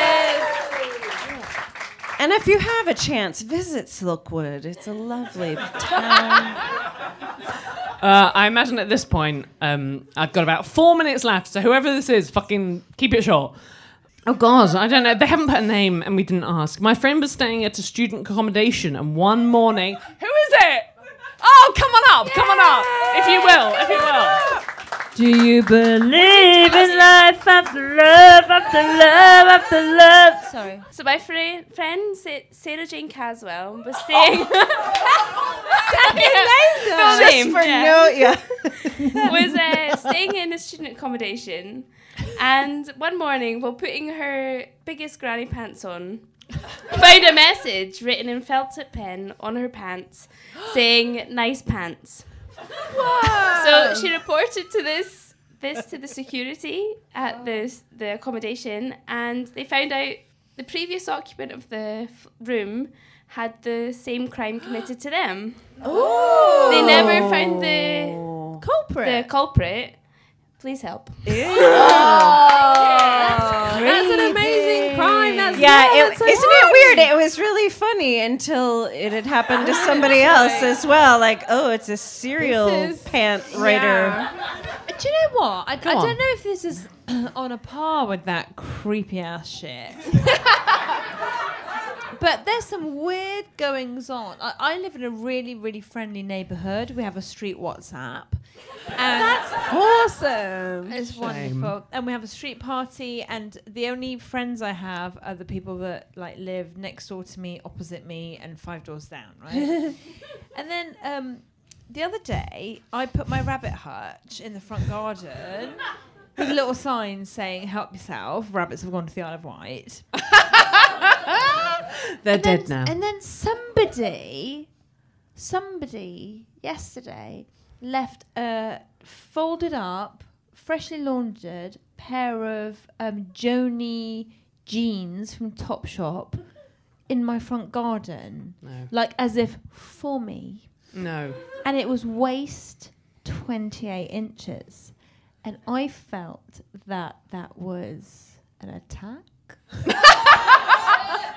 And if you have a chance, visit Silkwood. It's a lovely town. Uh, I imagine at this point, um, I've got about four minutes left, so whoever this is, fucking keep it short. Oh god, I don't know. They haven't put a name, and we didn't ask. My friend was staying at a student accommodation, and one morning, who is it? Oh, come on up, come on up, if you will, if you will. Do you believe in life after love, after love, after love? Sorry. So my friend, friend Sa- Sarah Jane Caswell was saying. Full Oh. Just name, for no, yeah. was uh, staying in a student accommodation, and one morning, while putting her biggest granny pants on, found a message written in felt tip pen on her pants, saying "nice pants." So she reported to this this to the security at the the accommodation, and they found out the previous occupant of the f- room had the same crime committed to them. Oh. They never found the culprit. the culprit. Please help. That's an amazing crime. That's Yeah, yeah. it, isn't it weird? It was really funny until it had happened to somebody else as well. Like, oh, it's a serial This is- pant writer. Yeah. Do you know what? I, I Go on. don't know if this is on a par with that creepy ass shit. But there's some weird goings on. I, I live in a really, really friendly neighbourhood. We have a street WhatsApp. And That's awesome. It's wonderful. And we have a street party, and the only friends I have are the people that like live next door to me, opposite me, and five doors down, right? and then um, the other day, I put my rabbit hutch in the front garden with a little sign saying "Help yourself, rabbits have gone to the Isle of Wight." They're then- dead now. And then somebody, somebody yesterday left a folded up, freshly laundered pair of um, Joni jeans from Topshop in my front garden, No. like as if for me. No. And it was waist 28 inches. And I felt that that was an attack.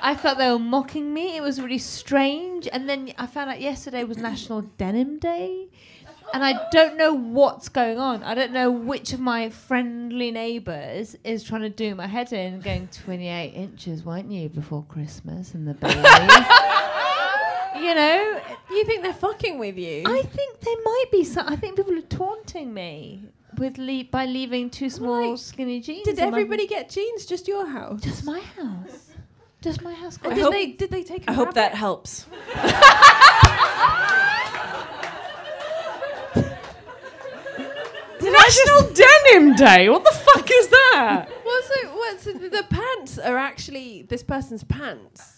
I felt they were mocking me. It was really strange. And then I found out yesterday was National Denim Day. And I don't know what's going on. I don't know which of my friendly neighbours is trying to do my head in, going 28 inches, weren't you, before Christmas and the babies? you know, You think they're fucking with you? I think there might be some. I think people are taunting me with le- by leaving two small skinny jeans. Did in my- everybody get jeans? Just your house? Just my house. Just my house. And did got- they did they take? a I hope rabbit? that helps. National Denim Day. What the fuck is that? Well, so what's the pants are actually this person's pants.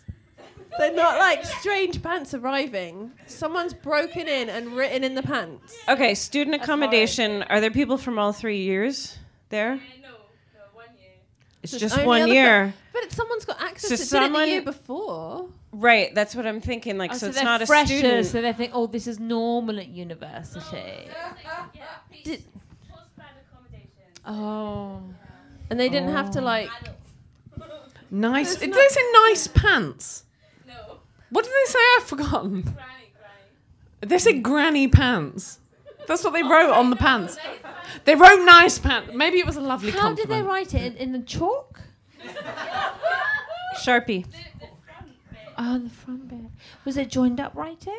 They're not like strange pants arriving. Someone's broken in and written in the pants. Okay, student accommodation. Are there people from all three years there? no, no, one year. It's There's just only one other year. per- but someone's got access So to someone- did it the year before. Right, that's what I'm thinking. Like, Oh, so, it's they're not freshers, a student. So they think, oh, this is normal at university. Did- Oh. And they didn't have to Oh. like. Nice. It's Did not- they say nice pants? No. What did they say? I've forgotten. Granny, granny. They said granny pants. That's what they wrote on the pants. They wrote nice pants. Maybe it was a lovely How did they compliment. write it in, in the chalk? Sharpie. Oh, the front bit. Was it joined up writing?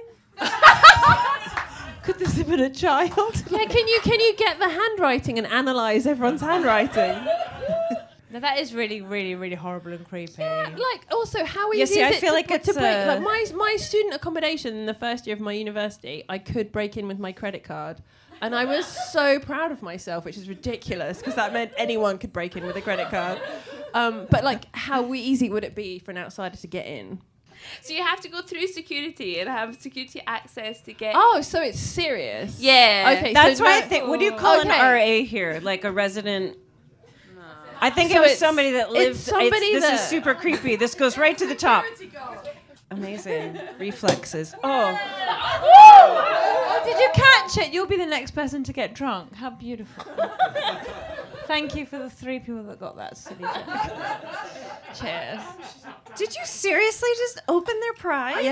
Could this have been a child? yeah. Can you can you get the handwriting and analyze everyone's handwriting? No, that is really, really, really horrible and creepy. Like also, how easy Yeah, see, is I it feel to, like br- it's to break? a- Like my my student accommodation in the first year of my university, I could break in with my credit card, and I was so proud of myself, which is ridiculous because that meant anyone could break in with a credit card. Um, but like, how easy would it be for an outsider to get in? So you have to go through security and have security access to get. Oh, so it's serious. Yeah. Okay. That's so why I no- think. What do you call Okay. an RA here? Like a resident. I think So it was it's- somebody that it's lived. somebody this is that- super creepy. This goes right to the top. Amazing reflexes. Oh, Oh, did you catch it? You'll be the next person to get drunk. How beautiful. Thank you for the three people that got that silly joke. Cheers. did you seriously just open their prize?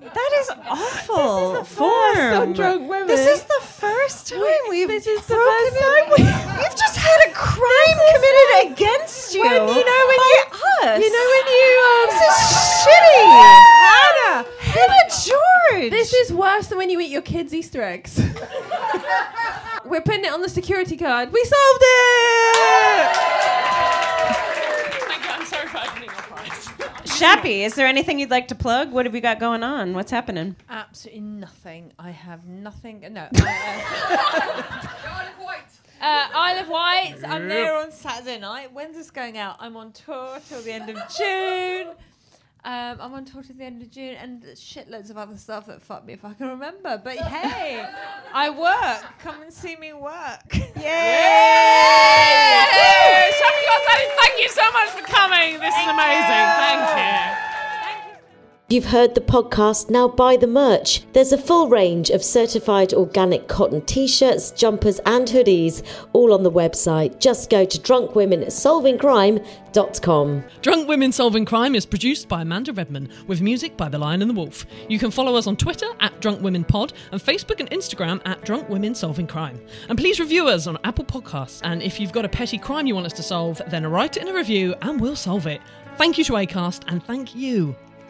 That is awful This is the form. first on Drunk Women. This is the first time we've this is the first time we, have just had a crime committed against you. When, you know, when by you- us. you know, when you, um, this is shitty. Hannah, Hannah George. This is worse than when you eat your kids' Easter eggs. We're putting it on the security card. We solved it. Thank you. I'm sorry for opening up eyes. Shappy, is there anything you'd like to plug? What have we got going on? What's happening? Absolutely nothing. I have nothing. No. I, uh, uh, Isle of Wight. I'm there on Saturday night. When's this going out? I'm on tour till the end of June. Um, I'm on tour till the end of June and shitloads of other stuff that fuck me if I can remember. But hey, I work. Come and see me work. Yay! Shappy Gonzalez, Thank you so much for coming. This is amazing. Thank you. You've heard the podcast, now buy the merch. There's a full range of certified organic cotton t shirts, jumpers, and hoodies, all on the website. Just go to drunkwomensolvingcrime.com. Drunk Women Solving Crime is produced by Amanda Redman with music by The Lion and the Wolf. You can follow us on Twitter at Drunk Women Pod and Facebook and Instagram at Drunk Women Solving Crime. And please review us on Apple Podcasts. And if you've got a petty crime you want us to solve, then write it in a review and we'll solve it. Thank you to Acast and thank you